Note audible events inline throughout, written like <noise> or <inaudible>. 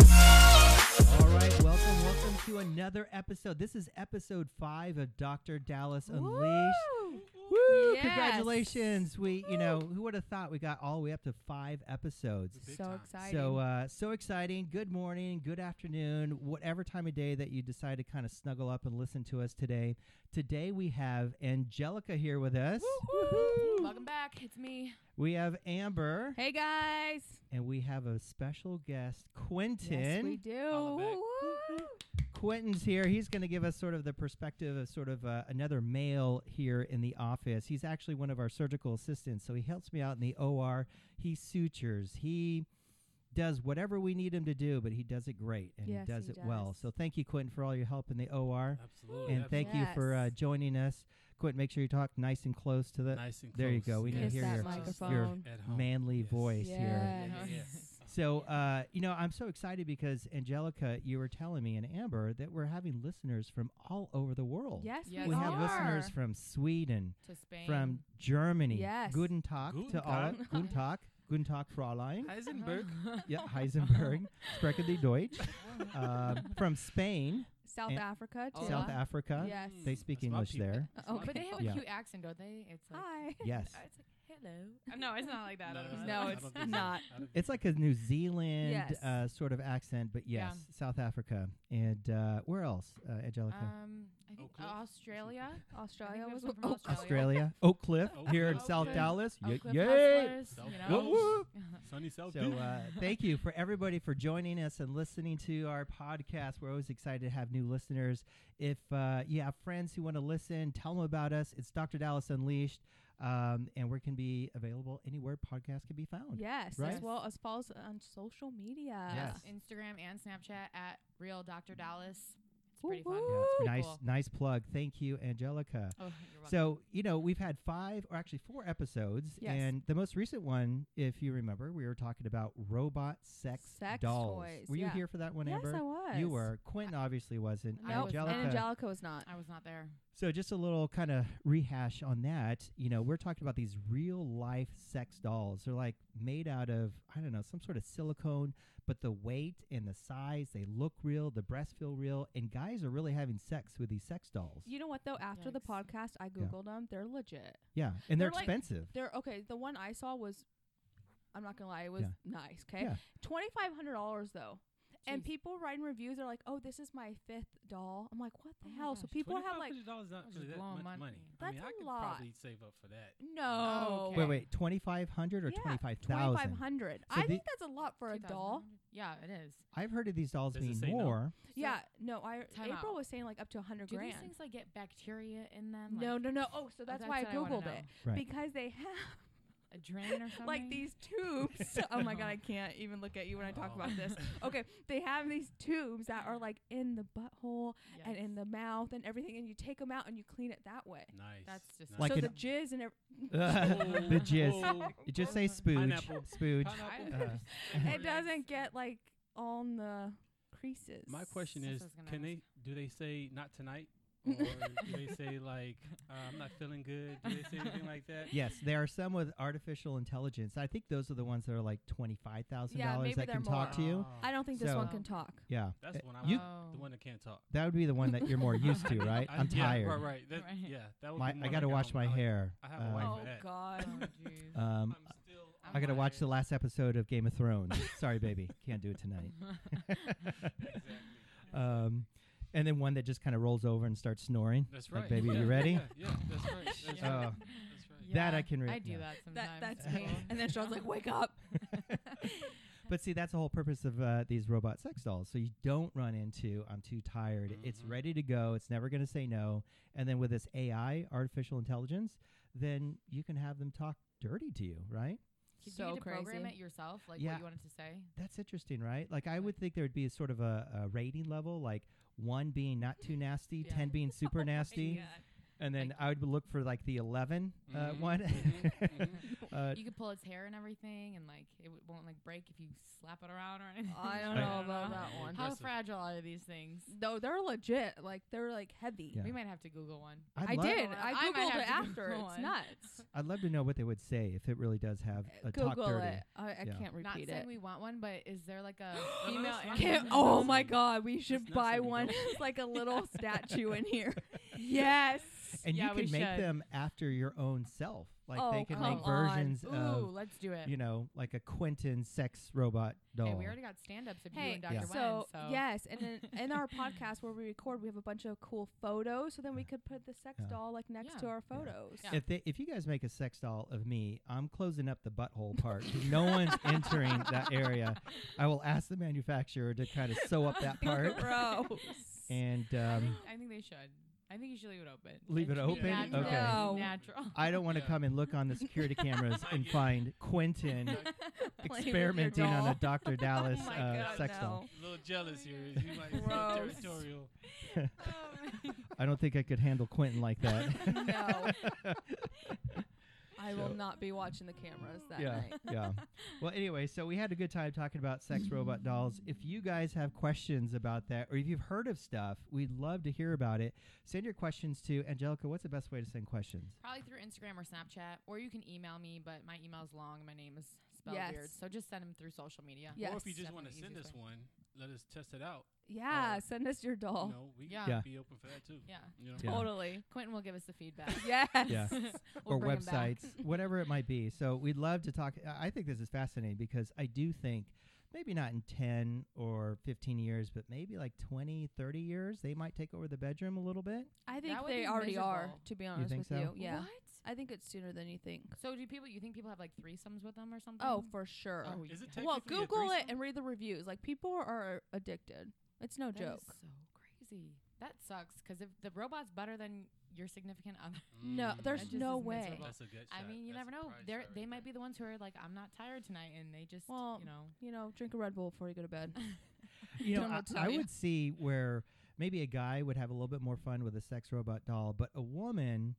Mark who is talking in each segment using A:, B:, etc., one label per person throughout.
A: All right, welcome, welcome to another episode. This is episode five of Dr. Dallas Unleashed. Woo!
B: Yes.
A: Congratulations. We, you know, who would have thought we got all the way up to five episodes?
C: Big
B: so
C: time.
B: exciting.
A: So, uh, so exciting. Good morning, good afternoon, whatever time of day that you decide to kind of snuggle up and listen to us today. Today we have Angelica here with us.
C: Welcome back. It's me.
A: We have Amber,
B: hey guys.
A: and we have a special guest, Quentin.
B: Yes, we do.
C: Holla back.
B: Woo.
A: Quentin's here. He's going to give us sort of the perspective of sort of uh, another male here in the office. He's actually one of our surgical assistants, so he helps me out in the OR. He sutures. He does whatever we need him to do, but he does it great and
B: Yes,
A: he does
B: he
A: it well.
B: does.
A: So thank you, Quentin, for all your help in the OR,
C: Absolutely.
A: and thank you for uh,
B: Yes.
A: joining us. Quentin, make sure you talk nice and close to the
C: Nice and
A: there you go. We
B: can
A: didn't
B: Kiss
A: hear
B: that
A: your-
B: microphone.
C: At home.
A: manly
C: Yes.
A: voice here.
C: Yeah, yeah, yeah.
B: Yes.
A: So, uh, you know, I'm so excited because Angelica, you were telling me and Amber that we're having listeners from all over the world.
B: Yes,
D: Yes,
B: we,
A: we
B: are.
A: have listeners from Sweden,
D: to Spain.
A: from Germany.
B: Yes.
A: Guten Tag
C: Guten
A: to all.
C: Tag.
A: Guten Tag. Guten Tag, Fräulein.
D: Uh-huh.
C: Heisenberg.
D: <laughs>
A: yeah, Heisenberg. Sprechen die Deutsch. Um, from Spain,
B: South
A: and-
B: Africa too.
D: Hola.
A: South Africa.
B: Yes.
A: They speak
C: That's my
A: English
C: people.
B: <laughs>
A: there.
B: Oh,
D: But
C: <laughs>
D: they have a
A: Yeah.
D: cute accent, don't they? It's like,
B: Hi.
A: Yes.
D: Uh, It's like hello. Uh, no, it's not like that. I don't know.
B: No,
C: I
B: it's
C: don't think so.
B: not.
C: I don't
A: It's
C: think
A: like a New Zealand
B: Yes.
A: uh, sort of accent, but yes,
D: Yeah.
A: South Africa. And uh, where else, uh, Angelica?
D: Um, I think
C: Oakland?
D: Australia.
B: Australia
D: I think
B: was
D: there's one
B: oh, <laughs>
D: from Australia.
A: Australia, Oak Cliff,
C: Oak
A: here in
C: Cliff.
A: South
D: Okay.
A: Dallas. Ye-
D: Oakland
A: yay!
D: hustlers,
C: South
D: you
C: Dallas.
D: know?
A: Whoop, whoop.
C: Sunny South
A: So
C: Beach.
A: uh, thank you for everybody for joining us and listening to our podcast. We're always excited to have new listeners. If uh, you have friends who want to listen, tell them about us. It's Dr. Dallas Unleashed, um, and we can be available anywhere podcasts can be found.
B: Yes,
A: Right?
B: as well as follows on social media.
A: Yes.
D: Uh, Instagram and Snapchat at Real
C: Mm.
D: Dr. Dallas. It's
B: Woo,
D: pretty fun.
B: woo.
A: Yeah, it's
D: Pretty
A: nice,
D: cool.
A: nice plug. Thank you, Angelica.
D: Oh, you're welcome.
A: So you know we've had five, or actually four episodes,
B: Yes.
A: and the most recent one, if you remember, we were talking about robot sex,
B: Sex
A: dolls.
B: toys,
A: were you
B: yeah.
A: here for that one,
B: Yes,
A: Amber?
B: I was.
A: You were. Quentin obviously wasn't.
D: I
B: Nope.
D: was
A: Angelica.
B: And Angelica was not.
D: I was not there.
A: So just a little kind of rehash on that. You know, we're talking about these real life sex dolls. They're like made out of I don't know some sort of silicone, but the weight and the size, they look real. The breasts feel real, and guys are really having sex with these sex dolls.
B: You know what though? After the
D: Yikes.
B: podcast, I googled them. They're legit.
A: yeah, and they're,
B: They're like-
A: expensive.
B: They're okay. The one I saw was, I'm not gonna lie, it was
A: Yeah.
B: nice. Okay,
A: Yeah.
B: twenty five hundred dollars though. And
D: Jeez.
B: people writing reviews are like, "Oh, this is my fifth doll." I'm like, "What the
D: Oh my
B: hell?" So
D: gosh,
B: people have like,
C: $2,500 not
D: I'm
C: really
D: just
C: that
D: blowing
C: much
D: my-
C: money. I
B: That's
C: mean,
B: a
C: I could
B: lot.
C: probably save up for that.
B: no,
D: Oh, Okay.
A: Wait, wait, twenty five hundred or
B: Yeah,
A: twenty five
B: twenty five
A: thousand?
B: hundred.
A: So
B: I
A: the-
B: think that's a lot for a doll.
D: 2,000? Yeah, it is.
A: I've heard of these dolls
C: Does it
A: being
C: say no?
A: more.
D: So
B: yeah, no, I
D: Time
B: April
D: out.
B: was saying like up to a hundred
D: Do
B: grand.
D: these things like get bacteria in them?
B: no,
D: like
B: no, no. Oh, so that's,
D: that's
B: why I
D: what I wanna
B: googled
D: know.
B: it
A: Right.
B: because they have
D: a drain <laughs> or something?
B: like these
D: <laughs>
B: tubes. oh my god, I can't even look at you when I
C: Um,
B: talk about
C: <laughs>
B: this.
D: Oh.
B: Okay, they have these tubes that are like in the butthole and in
D: Yikes.
B: the mouth and everything, and you take them out and you clean it that way.
C: Nice.
D: That's just-
C: nice.
A: Like
B: so
A: an-
B: <laughs> the jizz and ev-
A: <laughs> the jizz. <laughs>
C: Oh,
A: You just say spooge,
C: Pineapple.
A: spooge.
D: I
C: Pineapple.
D: don't
A: Uh, <laughs>
B: it doesn't get like on the creases.
C: My question
D: That's
C: is,
D: what I was gonna
C: can
D: ask.
C: they? Do they say not
B: <laughs>
C: tonight? Or do they say like uh, I'm not feeling good? Do they say anything like that?
A: Yes, there are some with artificial intelligence. I think those are the ones that are like twenty five thousand
B: Yeah,
A: dollars
B: maybe
A: that
B: they're
A: can talk to you.
C: Oh,
B: I don't think this one
A: So-
B: can talk.
A: Yeah,
C: That's
A: Uh,
C: the one I
A: you-
C: want.
D: Oh.
C: The one that can't talk.
A: that would be the one that you're more used
C: <laughs>
A: to, right?
C: I-
A: I'm
C: yeah,
A: tired.
C: Right, right. That,
D: Right.
C: Yeah, that would
A: My,
C: be
A: I
C: more
A: got to
C: like
A: wash
C: I'm
A: my
C: like,
A: hair.
C: I have a
A: Uh,
C: wife.
B: oh
C: for that.
D: <laughs>
B: God.
D: Oh, jeez.
A: <laughs> Um,
C: <laughs> I'm still.
D: I'm
A: I got to watch
D: tired.
A: the last episode of Game of Thrones. Sorry, baby, can't do it
C: <laughs>
A: tonight.
B: <laughs>
C: Exactly.
A: Um, and then one that just kind of rolls over and starts snoring.
C: That's right.
A: Like, baby,
C: yeah,
A: you ready?
C: Yeah, yeah, that's right. That's right.
A: Oh.
C: That's right.
A: That I can re-
D: I do
A: no.
D: that
B: <laughs> That,
D: sometimes.
B: that's
D: so-
B: me. And then <laughs> Sean's like, "Wake up!"
A: <laughs>
D: <laughs>
A: But see, that's the whole purpose of uh, these robot sex dolls. So you don't run into "I'm too tired." It's
C: Mhm.
A: ready to go. It's never going to say no. And then with this AI, artificial intelligence, then you can have them talk dirty to you, right?
D: Could
B: So
D: you need to program
B: crazy.
D: it yourself, like
A: Yeah.
D: what you wanted to say?
A: That's interesting, right? Like I would think there would be a sort of a, a rating level, like one being not too nasty,
D: Yeah.
A: ten being super
B: Oh my
A: nasty.
B: God.
A: and then I would look for like the 11 uh,
C: Mhm,
A: one.
C: mhm, mhm.
A: <laughs> uh,
D: You could pull its hair and everything, and like it w- won't like break if you slap it around or anything.
B: I
D: <laughs>
B: don't
A: I-
B: know about that one.
D: How
C: Impressive.
D: fragile are these things?
B: No, they're legit. Like they're like heavy.
A: Yeah.
D: We might have to Google one.
A: I'd
B: I
A: love,
B: did.
D: one.
B: I
D: I might
B: googled
D: have
B: it
D: to
B: after.
D: Google
B: it's
D: one.
B: nuts.
A: I'd love to know what they would say if it really does have a talk
B: Google
A: dirty.
B: it. I, I
A: Yeah.
B: can't
D: Not
B: repeat
D: saying
B: it.
D: we want one, but is there
B: <gasps>
D: like a
C: no,
D: female?
C: that's
D: animal-
C: fine.
B: Can't,
D: <laughs>
C: That's
B: oh
C: nuts
B: my
C: and-
B: god, we should
C: nuts
B: buy
C: and we
B: one.
C: don't-
B: It's like a little statue in
D: <laughs>
B: here. Yes.
A: And
D: Yeah,
A: you can
D: we
A: make
D: should.
A: them after your own self. Like
B: Oh,
A: they can
B: come
A: make
B: on.
A: versions
D: Ooh,
A: of,
D: let's do it.
A: Uh, you know, like a Quentin sex robot doll.
D: Hey, we already got stand-ups of you
B: Hey,
D: and Dr. Wen,
B: so,
D: so
B: yes, and then in our podcast where we record, we have a bunch of cool photos. So then we could put the sex
A: Yeah.
B: doll like next
D: Yeah.
B: to our photos.
D: Yeah.
A: If they, if you guys make a sex doll of me, I'm closing up the butthole part. no one's entering that area. I will ask the manufacturer to kind of sew up that part
B: <laughs> Gross.
D: <laughs>
A: and
D: I, think,
A: um,
D: <laughs> I think they should. I think you should leave it open.
A: Leave it
D: should be
A: open?
D: Natural.
A: Okay.
B: No.
D: Natural.
A: I don't want to
C: Yeah.
A: come and look on the
B: <laughs>
A: security cameras and
C: Yeah.
A: find
D: <laughs>
A: Quentin
B: your
A: experimenting on a
B: doll. <laughs> Oh
A: Dr. Dallas
B: my
A: uh,
B: God,
A: sex doll.
B: no.
C: A little jealous here.
D: Oh my
C: You might be
B: God. Gross.
C: territorial.
D: Um,
A: I don't think I could handle Quentin like
B: <laughs>
A: that. <laughs>
B: No. I will
A: So-
B: not be watching the cameras that
A: yeah,
B: night.
A: yeah. Well, anyway, so we had a good time talking about sex robot dolls. If you guys have questions about that, or if you've heard of stuff, we'd love to hear about it. Send your questions to Angelica. What's the best way to send questions?
D: <laughs> Probably through Instagram or Snapchat, or you can email me. But my email's long. and My name is spelled
B: Yes.
D: weird, so just send them through social media.
B: Yeah.
C: Or if you
D: Yes.
C: just want to
D: Definitely
C: send us
D: easiest way.
C: one, let us test it out.
B: Yeah,
C: Oh.
B: send us your
C: You
B: doll.
C: know, we
D: Yeah.
C: could
A: Yeah.
C: be open for that too.
D: Yeah.
C: You know?
A: Yeah.
B: Totally.
D: Quentin will give us
B: <laughs>
D: the feedback.
B: Yes.
A: Yeah.
D: We'll
A: or
D: bring 'em back.
A: websites,
D: <laughs>
A: whatever it might be. So we'd love to talk. I- I think this is fascinating because I do think maybe not in 10 or 15 years, but maybe like 20, 30 years, they might take over the bedroom a little
D: <laughs>
A: bit.
B: I think
D: would
B: they
D: be
B: already are,
D: miserable.
B: to be honest
A: think
B: with
A: so?
B: you. Yeah.
D: What?
B: I think it's sooner than you think.
D: So do people? You think people have like threesomes with them or something?
B: Oh, for sure.
D: Oh,
C: Is it
D: yeah.
B: well,
C: technically a
B: Google it
C: threesome?
B: and read the reviews. Like people are addicted. It's no
D: That is
B: joke.
D: so crazy. That sucks. Because if the robot's better than your significant other,
B: No,
C: Mm.
B: there's
D: That just
B: no
D: is
B: way.
D: miserable.
C: That's a good
D: I
C: shot.
D: mean, you
C: That's
D: never
C: a
D: know.
C: prize
D: They are
C: shot right
D: they might
C: there.
D: be the ones who are like, I'm not tired tonight, and they just,
B: Well,
D: you know, <laughs>
B: You know, drink a Red Bull before you go to bed.
A: You know,
D: Don't
A: I,
D: know,
A: I
D: Tanya.
A: would see where maybe a guy would have a little bit more fun with a sex robot doll, but a woman,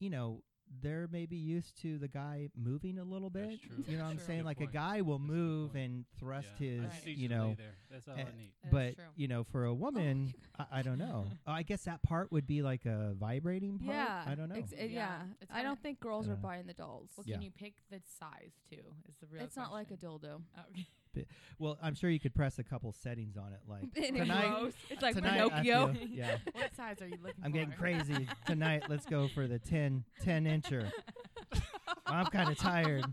A: you know, they're maybe used to the guy moving a little bit.
C: That's true.
A: You know what I'm
D: Sure.
A: saying?
C: Good
A: Like
C: point.
A: a guy will
C: That's a good
A: move
C: point.
A: and thrust
C: Yeah.
A: his,
C: I
D: Right.
C: just need
A: you
C: you to lay
A: know,
C: there. That's all
A: eh,
C: I need.
D: That
A: but
D: is true.
A: you know for
B: Oh <laughs>
A: a woman I, I don't know Oh, i guess that part would be like a vibrating part
B: yeah.
A: i don't know
B: Ex- uh, yeah.
D: Yeah. It's
B: I
D: kinda-
B: don't think girls are
A: Dunno.
B: buying the dolls.
D: well,
A: Yeah.
D: can you pick the size too? Is the real
B: it's not like a
D: question.
B: dildo.
D: Oh, okay. <laughs>
A: well i'm sure you could press a couple settings on it
B: <laughs>
A: like <laughs>
B: And it
A: tonight
B: grows. It's like
A: tonight I
B: Pinocchio. <laughs>
A: feel- yeah
D: what size are you looking
A: i'm
D: for?
A: getting
D: <laughs>
A: crazy tonight let's go for the 10
B: <laughs>
A: 10 incher i'm kind of tired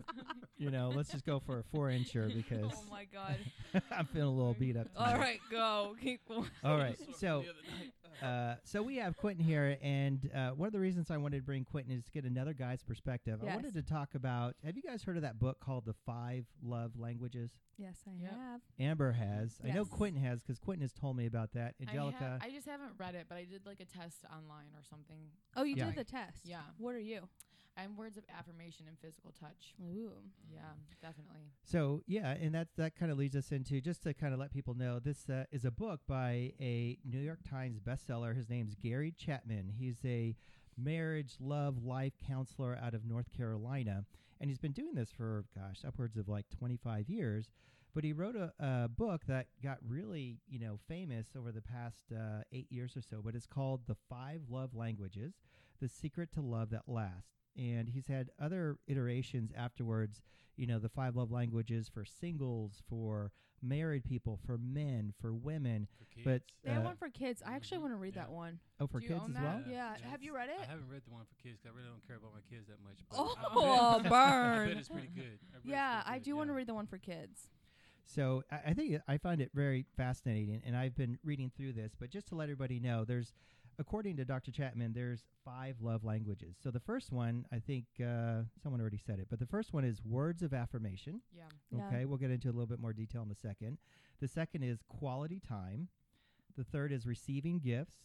A: you know let's just go for a four incher because
B: <laughs> Oh my god.
A: <laughs> i'm feeling a little beat up tonight.
B: All right,
D: <laughs>
B: go. Keep going.
A: all right
C: Sore from
A: so
C: the other night.
A: uh, so we have Quentin here, and uh, one of the reasons I wanted to bring Quentin is to get another guy's perspective. I
B: Yes.
A: wanted to talk about. Have you guys heard of that book called The Five Love Languages?
B: Yes, I
D: Yep.
B: have.
A: Amber has. I know
B: Yes.
A: Quentin has because Quentin has told me about that.
D: I, have-
A: Angelica,
D: I just haven't read it, but I did like a test online or something.
B: Oh, you
A: Yeah.
B: did the test.
D: Yeah.
B: What are you?
D: I'm words of affirmation and physical touch.
B: Ooh.
D: Yeah, definitely.
A: So yeah, and that that kind of leads us into just to kind of let people know this uh, is a book by a New York Times bestseller. His name's Gary Chapman. He's a marriage, love, life counselor out of North Carolina, and he's been doing this for gosh upwards of like 25 years. But he wrote a, a book that got really you know famous over the past uh, eight years or so. But it's called The Five Love Languages: The Secret to Love That Lasts. And he's had other iterations afterwards you know, the five love languages for singles, for married people, for men, for women.
C: For
A: But
C: kids.
B: They have
A: uh,
B: one for kids. I actually
C: mhm,
B: want to read
C: yeah.
B: that one.
A: oh, for
D: Do you
A: kids
D: own
A: as
D: that?
A: well.
B: Yeah.
C: Yeah,
B: Have you
C: it's-
B: read it?
C: I haven't read the one for kids 'cause I really don't care about my kids that much. but <laughs> I bet-
B: <laughs> Oh,
C: <laughs> I bet
B: burn.
C: it's pretty good. I bet it's
B: Yeah,
C: pretty
B: I
C: good,
B: do want to
C: yeah.
B: read the one for kids.
A: So I, I think I find it very fascinating, and I've been reading through this. But just to let everybody know, there's, according to Dr. Chapman, there's five love languages. So the first one, I think uh, someone already said it, but the first one is words of affirmation.
D: Yeah.
B: Yeah.
A: Okay, we'll get into a little bit more detail in a second. The second is quality time. The third is receiving gifts.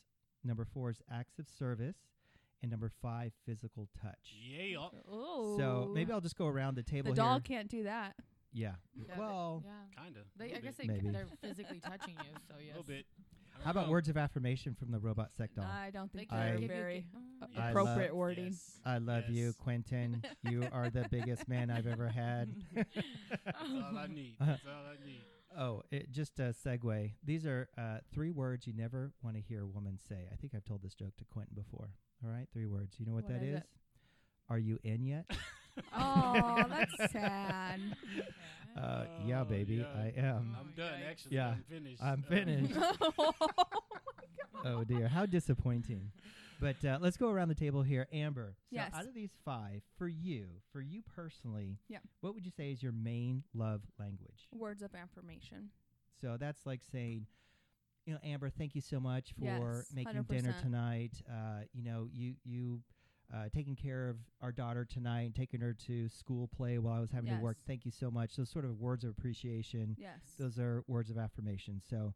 A: Number four is acts of service. And number five, physical touch.
C: Yeah. y'all.
B: Oh.
A: So maybe I'll just go around the
B: the
A: table
B: doll
A: here.
B: can't do that.
A: yeah.
D: Yeah, they-
A: Mm. Well,
D: Yeah.
C: Kinda.
D: They, I
C: Little
D: guess
C: bit.
D: they, c-
A: Maybe.
C: <laughs>
D: they're physically touching you, so yes.
C: Little bit. I
A: How about
C: Oh.
A: words of affirmation from the robot sex doll?
B: I don't think
A: I-
B: they're
A: Give you
D: <laughs>
B: very
D: Oh,
A: I
B: appropriate
A: love-
B: wording.
E: Yes.
A: I love you,
E: Yes.
A: Quentin. you are the biggest man I've ever had.
B: <laughs>
C: That's all I
D: <laughs>
C: need.
A: Uh-huh.
C: That's all I need.
A: Oh, it just a segue. These are uh, three words you never want to hear a woman say. I think I've told this joke to Quentin before. All right, three words. You know what,
B: What
A: that
B: is
A: is?
B: it?
A: Are you in
C: <laughs>
A: yet?
B: <laughs> oh,
A: <laughs>
B: that's sad.
A: Uh, yeah,
C: Oh,
A: baby,
C: yeah.
A: I am.
D: Oh
C: I'm
D: my
C: done.
D: God.
C: Actually,
A: Yeah.
C: I'm finished.
A: I'm
C: Uh,
B: <laughs>
A: finished. Oh dear, how disappointing. But uh, let's go around the table here, Amber. So
B: Yes.
A: out of these five, for you, for you personally,
B: Yeah.
A: what would you say is your main love language?
B: Words of affirmation.
A: So that's like saying, you know, Amber, thank you so much for
B: Yes,
A: making dinner
B: 100%.
A: tonight. Uh, you know, you you uh, taking care of our daughter tonight, taking her to school play while I was having to work.
B: Yes.
A: Thank you so much. Those sort of words of appreciation.
B: Yes.
A: Those are words of affirmation. So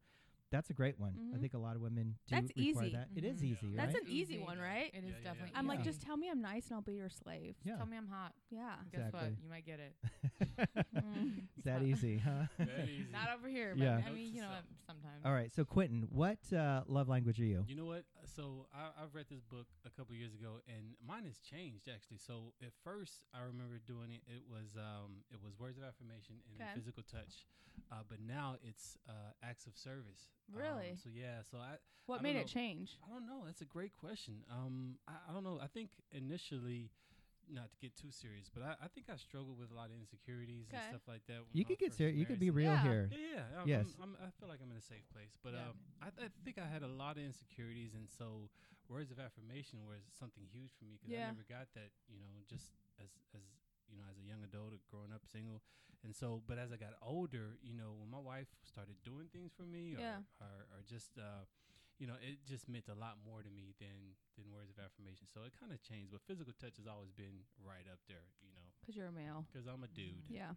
A: that's a great one. I
B: Mhm.
A: think a lot of women do
B: That's
A: require
B: easy. Mm-hmm.
A: that. It is
D: Mhm.
A: easy,
C: Yeah.
A: right?
B: That's an easy one, right?
D: It is
C: Yeah, yeah,
D: definitely.
B: I'm like,
A: Yeah.
D: easy.
B: just tell me I'm nice and I'll be your slave.
A: yeah.
D: <laughs> tell me I'm hot.
B: Yeah. <laughs>
D: Guess
A: Exactly.
D: what? You might get it.
A: <laughs>
B: Mm.
A: It's
D: <laughs>
A: that easy, huh?
C: <laughs> That easy.
D: Not over here, but
A: Yeah.
D: I
C: Note
D: mean,
C: to
D: you know,
C: self.
D: um,
A: <laughs>
D: sometimes.
A: All right. So Quentin, what uh, love language are you?
C: You know what? So I, I read this book a couple years ago, and mine has changed actually. So at first, I remember doing it. It was um, it was words of affirmation and
B: Okay.
C: physical touch, uh, but now it's uh, acts of service. Um,
B: Really?
C: so yeah. So I
B: What
C: I
B: made
C: don't
B: it
C: know.
B: change?
C: I don't know. That's a great question. Um, I, I don't know. I think initially, not to get too serious, but I, I think I struggled with a lot of insecurities and
B: Okay.
C: stuff like that. when
A: You
C: I
A: could get
C: first
A: serious. You could
C: married.
A: be real
B: Yeah.
A: here.
C: Yeah, yeah. yeah. I'm,
A: Yes.
C: I'm, I'm, I feel like I'm in a safe place, but
D: Yeah.
C: um, I, th- I think I had a lot of insecurities, and so words of affirmation was something huge for me because
B: Yeah.
C: I never got that. You know, just as as you know, as a young adult or growing up single, and so. But as I got older, you know, when my wife started doing things for me, or
B: Yeah.
C: or, or just. Uh, you know, it just meant a lot more to me than than words of affirmation. So it kind of changed, but physical touch has always been right up there, you know,
B: Because you're a male.
C: because I'm a dude.
B: Yeah.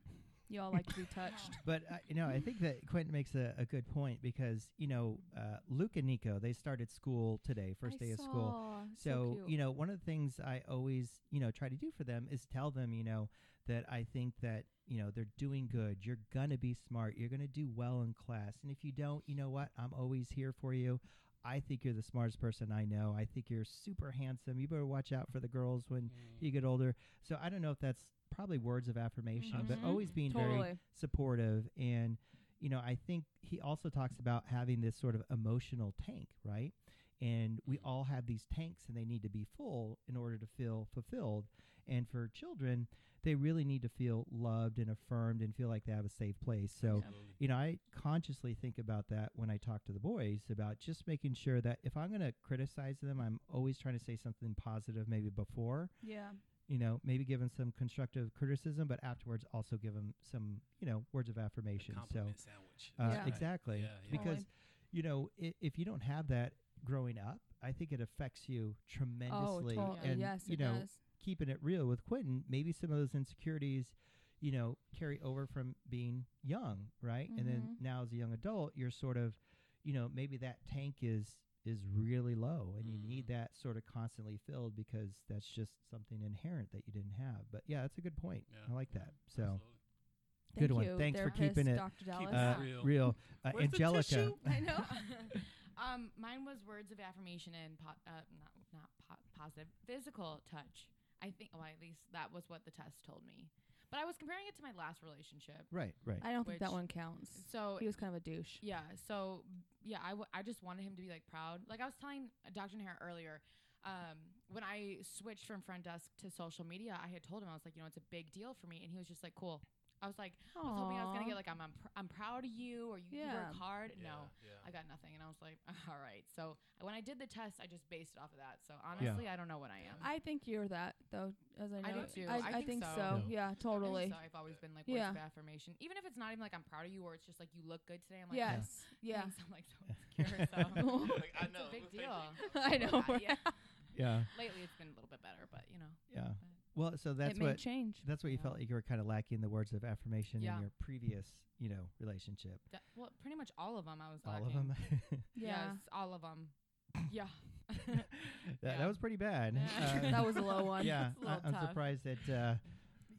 B: You all like to be touched.
A: But uh, you know, I think that Quentin makes a, a good point because you know, uh, Luke and Nico they started school today, <laughs> first
B: I
A: day of school.
B: saw.
A: So
B: cute.
A: you know, one of the things I always you know try to do for them is tell them you know that I think that you know they're doing good. You're gonna be smart. You're gonna do well in class. And if you don't, you know what? I'm always here for you. I think you're the smartest person I know. I think you're super handsome. You better watch out for the girls when
C: Mm.
A: you get older. So I don't know if that's probably words of affirmation, but
D: Mhm.
A: always being very
B: Mm-hmm. totally.
A: supportive and you know i think he also talks about having this sort of emotional tank right and we
C: Mhm.
A: all have these tanks and they need to be full in order to feel fulfilled and for children they really need to feel loved and affirmed and feel like they have a safe place so
C: Absolutely.
A: you know, I consciously think about that when I talk to the boys about just making sure that if I'm going to criticize them, I'm always trying to say something positive maybe before,
B: Yeah.
A: you know, maybe give them some constructive criticism, but afterwards also give them some, you know, words of affirmation.
C: The
A: So,
C: compliment sandwich.
A: uh,
C: That's right.
A: exactly.
C: Yeah, yeah.
A: Because, you know, i if you don't have that growing up, I think it affects you
B: Oh,
A: tremendously.
B: totally.
A: And,
B: yes,
A: you
B: it
A: know,
B: does.
A: keeping it real with Quentin, maybe some of those insecurities, you know, carry over from being young, right? And then
B: Mhm.
A: now as a young adult, you're sort of, you know, maybe that tank is is really low and you need
C: Mhm.
A: that sort of constantly filled because that's just something inherent that you didn't have. But yeah, that's a good point.
C: Yeah.
A: I like
C: Yeah,
A: that. So
C: absolutely.
A: Good
B: Thank
A: one.
B: You,
A: Thanks for
B: therapist,
A: keeping it,
B: Dr.
C: Keep
B: Dallas.
D: it
A: uh,
D: that?
C: real.
A: real uh,
C: Where's the
A: Angelica.
C: tissue?
D: <laughs> I know. um, mine was words of affirmation and po- uh, not not po- positive physical touch. I think, well, at least that was what the test told me. But I was comparing it to my last relationship.
A: Right, right.
B: I don't think that
D: Which-
B: one counts.
D: So
B: He was kind of a douche.
D: yeah, so yeah, I, w- I just wanted him to be like proud. Like I was telling uh, Dr. Nahara earlier, um, when I switched from front desk to social media, I had told him I was like, you know, it's a big deal for me, and he was just like, cool. I was like, I was hoping I was gonna get like I'm I'm, pr- I'm proud of you or you, you
B: Yeah.
D: work hard.
C: Yeah,
D: No,
C: yeah.
D: <laughs> I got nothing, and I was like, all right. So when I did the test, I just based it off of that. So honestly, I don't know what I am.
B: I think you're that though. As I know,
D: I do
B: it.
D: too.
B: I,
D: I think
B: think
D: so.
A: No.
B: Yeah, totally.
D: So I've always been like words
B: Yeah.
D: of affirmation, even if it's not even like I'm proud of you or it's just like you look good today. I'm like,
A: Yeah.
B: yes. Yeah.
D: thanks. I'm like <laughs> so
B: <laughs>
D: insecure. So
C: <laughs>
E: Like, I
D: it's
E: know.
D: a big
E: Thank
D: deal.
E: you.
B: I
D: <laughs>
B: know.
D: Uh, yeah.
A: Yeah,
D: Lately, it's been a little bit better, but you know.
A: yeah. Well, so that's
B: it may
A: what
B: change.
A: that's what you
D: Yeah.
A: felt like you were kind of lacking the words of affirmation
D: Yeah.
A: in your previous, you know, relationship.
D: That, well, pretty much all of them I was
A: All
D: lacking.
A: of them.
B: <laughs>
A: <laughs>
B: Yeah.
D: <laughs> Yes, all of them. yeah.
B: <laughs>
A: that, that
D: Yeah.
A: was pretty bad.
D: Yeah.
A: Uh,
B: that was a low one. <laughs>
A: yeah,
D: It's a
A: I,
D: little
A: I'm
D: tough.
A: surprised that uh,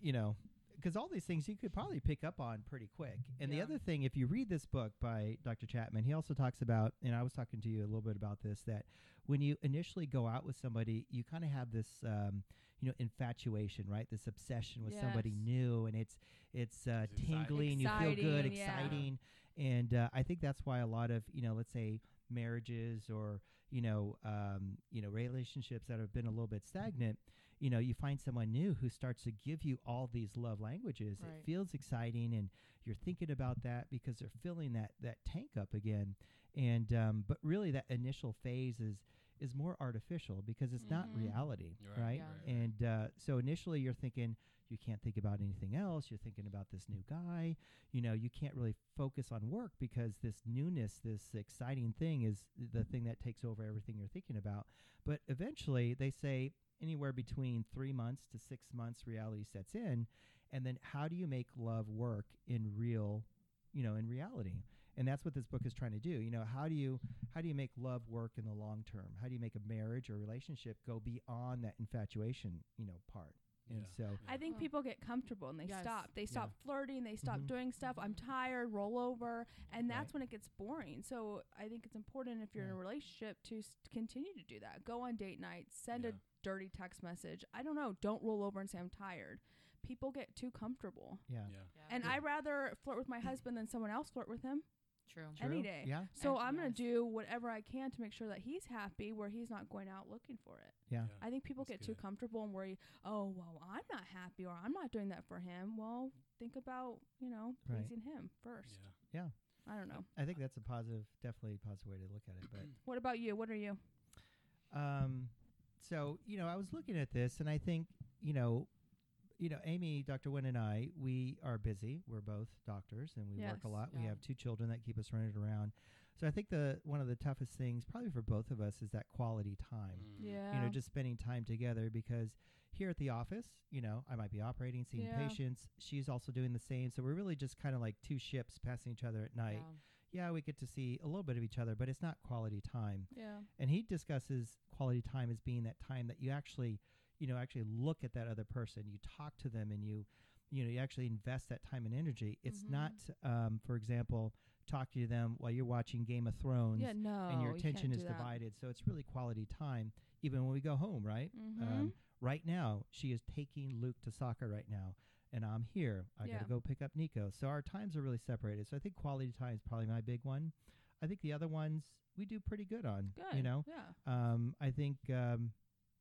A: you know because all these things you could probably pick up on pretty quick. And the
D: Yeah.
A: other thing, if you read this book by Dr. Chapman, he also talks about, and I was talking to you a little bit about this, that when you initially go out with somebody, you kind of have this, um, you know, infatuation, right? This obsession with somebody
D: Yes.
A: new, and it's it's uh,
C: It's exciting.
A: tingling, you feel good,
B: Exciting, yeah.
A: exciting, and uh, I think that's why a lot of you know, let's say marriages or you know, um, you know, relationships that have been a little bit stagnant you know you find someone new who starts to give you all these love languages
D: Right.
A: it feels exciting and you're thinking about that because they're filling that that tank up again and um, but really that initial phase is is more artificial because it's not
D: Mhm.
A: reality
C: You're
A: right,
D: Yeah.
C: right, right.
A: and uh, so initially you're thinking you can't think about anything else you're thinking about this new guy you know you can't really focus on work because this newness this exciting thing is the thing that takes over everything you're thinking about but eventually they say anywhere between three months to six months reality sets in and then how do you make love work in real you know in reality and that's what this book is trying to do you know how do you how do you make love work in the long term how do you make a marriage or relationship go beyond that infatuation you know part and
C: Yeah.
A: so
B: I think
D: Oh.
B: people get comfortable and they
D: Yes.
B: stop. They stop flirting. They stop
A: Mhm.
B: doing stuff. I'm
D: Mhm.
B: tired. Roll over, and
A: Right.
B: that's when it gets boring. So I think it's important if you're in a relationship to s- continue to do that. Go on date nights. Send
C: Yeah.
B: a dirty text message. I don't know. Don't roll over and say I'm tired. People get too comfortable,
A: yeah,
C: yeah.
B: and I rather flirt with my husband than someone else flirt with him.
D: true.
B: Any
A: True.
B: day.
A: yeah
B: So I'm gonna
D: Yes.
B: do whatever I can to make sure that he's happy, where he's not going out looking for it.
A: yeah
B: I think people get
C: That's
B: too
C: good.
B: comfortable and worry, oh, well, I'm not happy or I'm not doing that for him. Well, think about, you know,
A: Right.
B: pleasing him first.
C: Yeah.
B: I don't know.
A: i think that's a positive definitely a positive way to look at it but
B: What about you? What are you?
A: <clears throat> Um, so you know, I was looking at this, and I think you know, you know, Amy, Dr. Wynn, and I, we are busy. We're both doctors, and we work a
B: Yes.
A: lot. We
D: Yeah.
A: have two children that keep us running around. So I think the one of the toughest things, probably for both of us, is that quality time
C: Mm.
B: Yeah.
A: you know, just spending time together because here at the office, you know, I might be operating, seeing
B: Yeah.
A: patients. She's also doing the same. So we're really just kind of like two ships passing each other at night. Yeah, we get to see a little bit of each other, but it's not quality time
B: yeah.
A: and he discusses quality time as being that time that you actually you know actually look at that other person you talk to them and you you know you actually invest that time and energy it's
B: Mhm.
A: not um, for example talking to them while you're watching game of thrones
B: Yeah, no.
A: and your
B: Oh, you can't
A: attention
B: do
A: is
B: that.
A: divided so it's really quality time even when we go home right
B: Mhm.
A: um, right now she is taking luke to soccer right now and i'm here i
B: Yeah.
A: gotta go pick up nico so our times are really separated so i think quality time is probably my big one i think the other ones we do pretty good on
B: Good.
A: you know
B: Yeah.
A: um, I think um,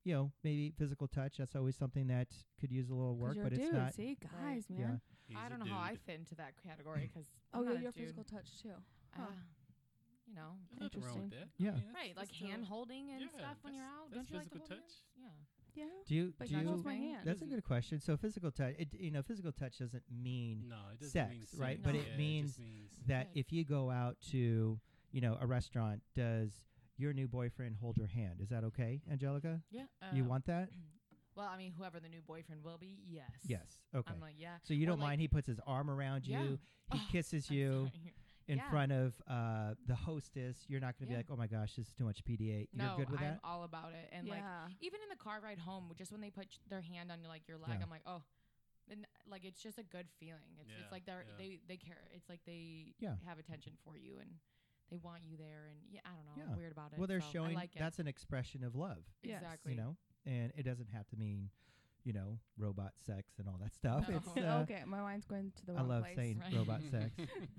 A: you know maybe physical touch. That's always something that could use a little
B: 'Cause
A: work,
B: you're a
A: but it's
B: dude.
A: not.
B: See, guys,
A: Yeah.
B: man.
D: I
C: He's
D: don't
C: a
D: know how I
C: dude.
D: fit into that category because
B: Oh, yeah,
D: not a
B: your
D: dude.
B: physical Oh. touch, too.
D: Uh,
B: huh.
D: you know,
C: There's nothing wrong with that.
A: Yeah.
C: I mean, that's-
D: right? Like
C: that's the-
D: hand holding and
C: yeah,
D: stuff when you're
C: that's-
D: out. Don't
C: that's
D: you like to
C: physical
D: hold hands?
C: touch.
B: Yeah.
A: Do you,
B: But
A: do
B: he
D: that's
B: holds
A: you,
B: my
D: That's
B: hand.
A: that's a good question. So physical touch, it, you know, physical touch doesn't mean
C: No, it doesn't mean
A: Sex, right?
C: sex.
D: But
C: yeah,
D: it
C: just
A: means
C: means
A: that
D: Right.
A: if you go out to you know a restaurant, does your new boyfriend hold your hand? Is that okay, Angelica?
D: Yeah. Yeah.
A: you
D: uh,
A: want that?
D: Well, I mean, whoever the new boyfriend will be, yes.
A: Yes. Okay.
D: I'm like, yeah.
A: so you
D: or
A: don't
D: like-
A: mind he puts his arm around
D: Yeah.
A: you, he
D: Oh,
A: kisses
D: I'm
A: you
D: <laughs> sorry.
A: in
D: Yeah.
A: front of uh, the hostess. You're not going to be
D: Yeah.
A: like, oh my gosh, this is too much PDA.
D: No,
A: You're good with
D: I'm
A: that.
D: all about it. And like,
B: yeah.
D: even in the car ride home, just when they put sh- their hand on your like your leg,
A: Yeah.
D: I'm like, oh, and like it's just a good feeling. It's,
C: Yeah,
D: it's like they're
C: yeah.
D: they they care. It's like they
A: Yeah.
D: have attention for you and they want you there. And yeah, I don't know,
A: Yeah.
D: I'm weird about it.
A: Well, they're
D: so
A: showing
D: I like it.
A: that's an expression of love.
B: Yes.
D: exactly.
A: you know and it doesn't have to mean you know robot sex and all that stuff
D: <laughs> No.
A: it's uh,
B: okay, my mind's going to the
A: I
B: wrong
A: love
B: place.
A: saying
D: right.
A: robot
D: <laughs>
A: sex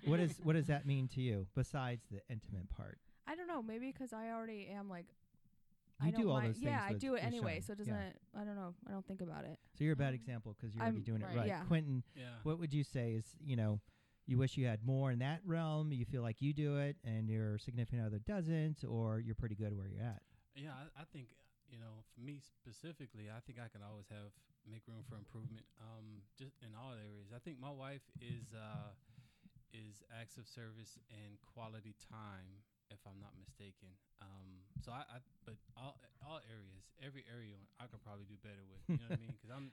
A: what is what does that mean to you besides the intimate part
B: I don't know. Maybe 'cause I already am like.
A: you
B: I don't
A: do all
B: mind.
A: those things
B: Yeah, I
A: with-
B: do it
A: with
B: anyway,
A: Sean.
B: so it
A: Yeah.
B: doesn't. I don't know. I don't think about it.
A: so you're a bad
D: Um,
A: example because you're already
B: I'm-
A: doing it
D: Right.
A: right,
B: yeah.
A: quentin
C: <laughs> yeah.
A: what would you say is you know you wish you had more in that realm you feel like you do it and your significant other doesn't or you're pretty good where you're at
C: Yeah, I, I think you know, for me specifically, I think I can always have make room for improvement. Um, just in all areas. I think my wife is uh, is acts of service and quality time, if I'm not mistaken. Um, so I, I but all all areas, every area, I could probably do better with. You know what I mean? Because I'm,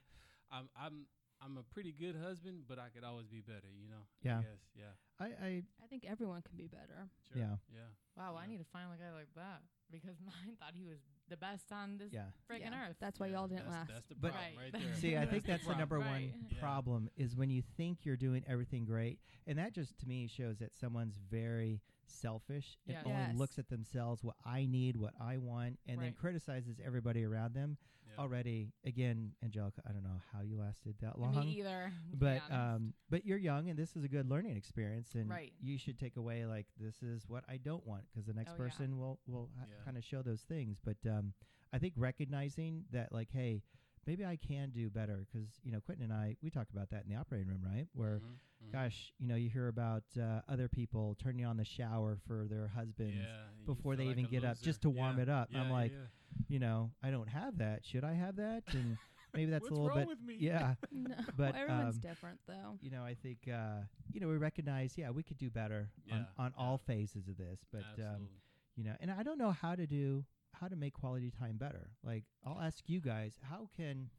C: I'm, I'm. I'm a pretty good husband, but I could always be better, you know.
A: Yeah.
C: Yes. Yeah.
A: i i
B: I think everyone can be better.
C: Sure.
A: Yeah.
C: Yeah.
D: Wow, I
C: Yeah.
D: need to find a guy like that. because <laughs> mine thought he was the best on this
A: Yeah.
D: freaking
B: Yeah,
D: earth.
B: That's why
C: Yeah,
B: y'all didn't
C: that's,
B: last.
C: That's the
A: But-
C: problem
D: Right.
C: right, there.
A: See, I think
C: the
A: that's the
C: problem.
A: number
D: Right.
A: one
C: Yeah.
A: problem is when you think you're doing everything great, and that just to me shows that someone's very selfish and
D: Yes.
A: only
B: Yes.
A: looks at themselves, what I need, what I want, and then
D: Right.
A: criticizes everybody around them.
C: Yeah.
A: Already, again, Angelica, I don't know how you lasted that long.
D: Me either. to be
A: but
D: honest.
A: um, but you're young and this is a good learning experience and
D: Right.
A: you should take away like this is what I don't want because the next
D: Oh, yeah.
A: person will will ha-
C: Yeah.
A: kind of show those things but um, I think recognizing that like hey maybe I can do better because you know Quentin and I we talk about that in the operating room right where
C: Mhm, mhm.
A: gosh you know you hear about uh, other people turning on the shower for their husbands
C: Yeah, you
A: before
C: feel
A: they
C: like
A: even
C: a
A: get up, just
C: loser.
A: to warm
C: Yeah,
A: it up. I'm
C: yeah,
A: like,
C: yeah.
A: you know I don't have that should I have that and
C: <laughs>
A: maybe that's
C: What's
A: a little
C: wrong
A: bit
C: with me?
A: yeah
B: <laughs> No,
A: But,
B: everyone's
A: um,
B: different though.
A: you know, I think uh, you know we recognize, yeah, we could do better on,
C: Yeah,
A: on
C: yeah.
A: all phases of this, but um,
C: Absolutely. Oh,
A: you know, and I don't know how to do how to make quality time better. Like I'll ask you guys, how can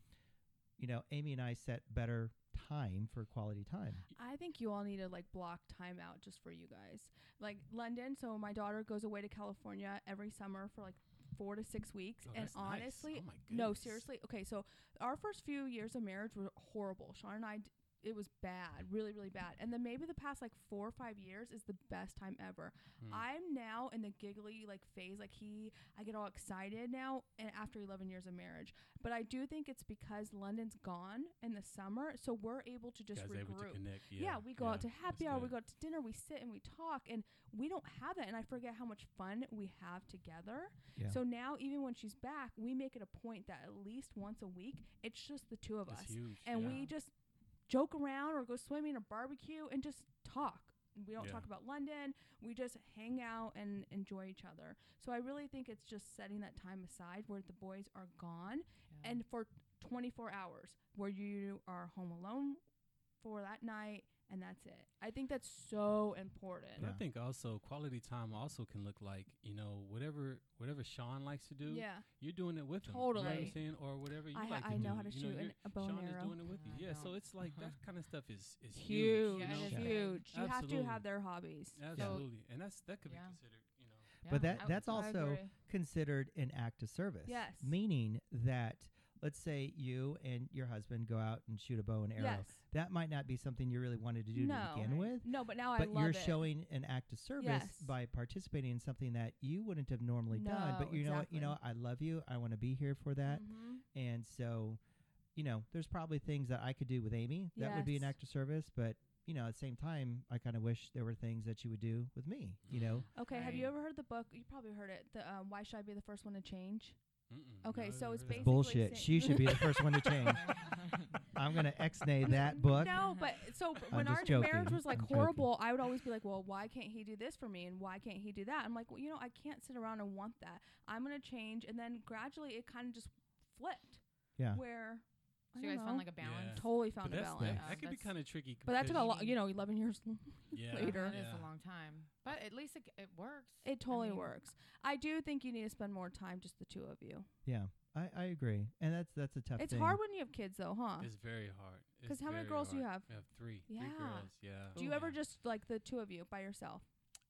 A: you know Amy and I set better time for quality time?
B: I think you all need to like block time out just for you guys. Like London, so my daughter goes away to California every summer for like four to six weeks,
C: Oh,
B: and
C: that's nice.
B: honestly,
C: Oh my
B: No,
C: goodness.
B: seriously. Okay, so our first few years of marriage were horrible. Sean and I, d- it was bad, really, really bad. And then maybe the past like four or five years is the best time ever.
C: Hmm.
B: I'm now in the giggly like phase. Like he, I get all excited now, and after 11 years of marriage. But I do think it's because London's gone in the summer, so we're able to just
C: Guys able to
B: regroup.
C: connect. Yeah,
B: Yeah, we go out to happy
C: that's
B: hour, we
C: good.
B: go out to dinner, we sit and we talk, and we don't have that. And I forget how much fun we have together.
A: Yeah.
B: So now, even when she's back, we make it a point that at least once a week, it's just the two of
C: That's
B: us.
C: huge.
B: And
C: yeah.
B: we just joke around or go swimming or barbecue and just talk. We don't
C: Yeah.
B: talk about London. We just hang out and enjoy each other. So I really think it's just setting that time aside where the boys are gone
D: Yeah.
B: and for 24 hours where you are home alone for that night and that's it. I think that's so important.
C: But
A: Yeah.
C: I think also quality time also can look like you know whatever whatever Sean likes to do,
B: Yeah.
C: you're doing it with him. You know what
B: Totally.
C: I'm saying? Or whatever you
B: I,
C: like
B: ha-
C: to
B: I
C: do.
B: know how to
C: you
B: shoot
C: you're-
B: an, a bow
C: Sean
B: and
C: is
B: arrow.
C: doing it with you.
D: I
C: Yeah, so
D: know.
C: it's like
D: Uh-huh.
C: that kind of stuff is is
B: huge.
C: you
D: Yeah,
C: know?
D: it
B: It's
D: is
A: Yeah.
B: huge. You have to
C: Absolutely.
B: have their hobbies.
C: Absolutely, and that's that could
D: Yeah.
C: be considered. You know,
A: But
D: Yeah,
A: that-
D: <laughs> I-
A: that's
D: I
A: also
D: agree.
A: Considered an act of service.
B: Yes.
A: Meaning that let's say you and your husband go out and shoot a bow and arrow.
B: Yes.
A: That might not be something you really wanted to do
B: No.
A: to begin with.
B: No, but now
A: but
B: I love
A: you're
B: it.
A: showing an act of service
B: Yes.
A: by participating in something that you wouldn't have normally done.
B: No,
A: But you know, what? you
B: exactly.
A: know, I love you. I want to be here for that.
B: Mhm.
A: And so, you know, there's probably things that I could do with Amy that would be an
B: Yes.
A: act of service. But you know, at the same time, I kind of wish there were things that you would do with me. You know,
B: Okay, have you
D: Right.
B: ever heard the book? You probably heard it. The um, Why Should I Be the First One to Change?
C: Mm-mm,
B: Okay,
C: no,
B: so
C: I
B: it's
C: never heard
B: Basically
A: bullshit.
B: saying-
A: She should be the first one
B: <laughs>
A: to change. I'm gonna ex-nay that book.
B: No, but so
A: I'm
B: when
A: just
B: our
A: joking.
B: marriage was like
A: I'm joking.
B: horrible, I would always be like, well, why can't he do this for me? And why can't he do that? I'm like, well, you know, I can't sit around and want that. I'm going to change. And then gradually it kind of just flipped
A: Yeah.
B: where I
D: So you
B: don't
D: guys found
B: know,
D: like a balance.
C: Yeah.
B: totally
C: But
B: found a
C: that's
B: balance.
C: That, that could be
D: That's-
C: kind of tricky.
B: But that took a
C: because-
B: lot, you know, 11 years
C: yeah,
B: later.
D: It is
C: yeah.
D: a long time, but at least it, it works.
B: It
D: I
B: totally
D: mean,
B: works. I do think you need to spend more time, just the two of you.
A: Yeah. I, I agree, and that's that's a tough.
B: It's
A: thing.
B: hard when you have kids, though, huh?
C: It's very hard.
B: 'Cause
C: It's
B: how many
C: very
B: girls do you
C: hard.
B: have?
C: We have three.
B: Yeah.
C: Three girls. Yeah.
B: Do
D: Oh,
B: you
C: Yeah.
B: ever just like the two of you by yourself?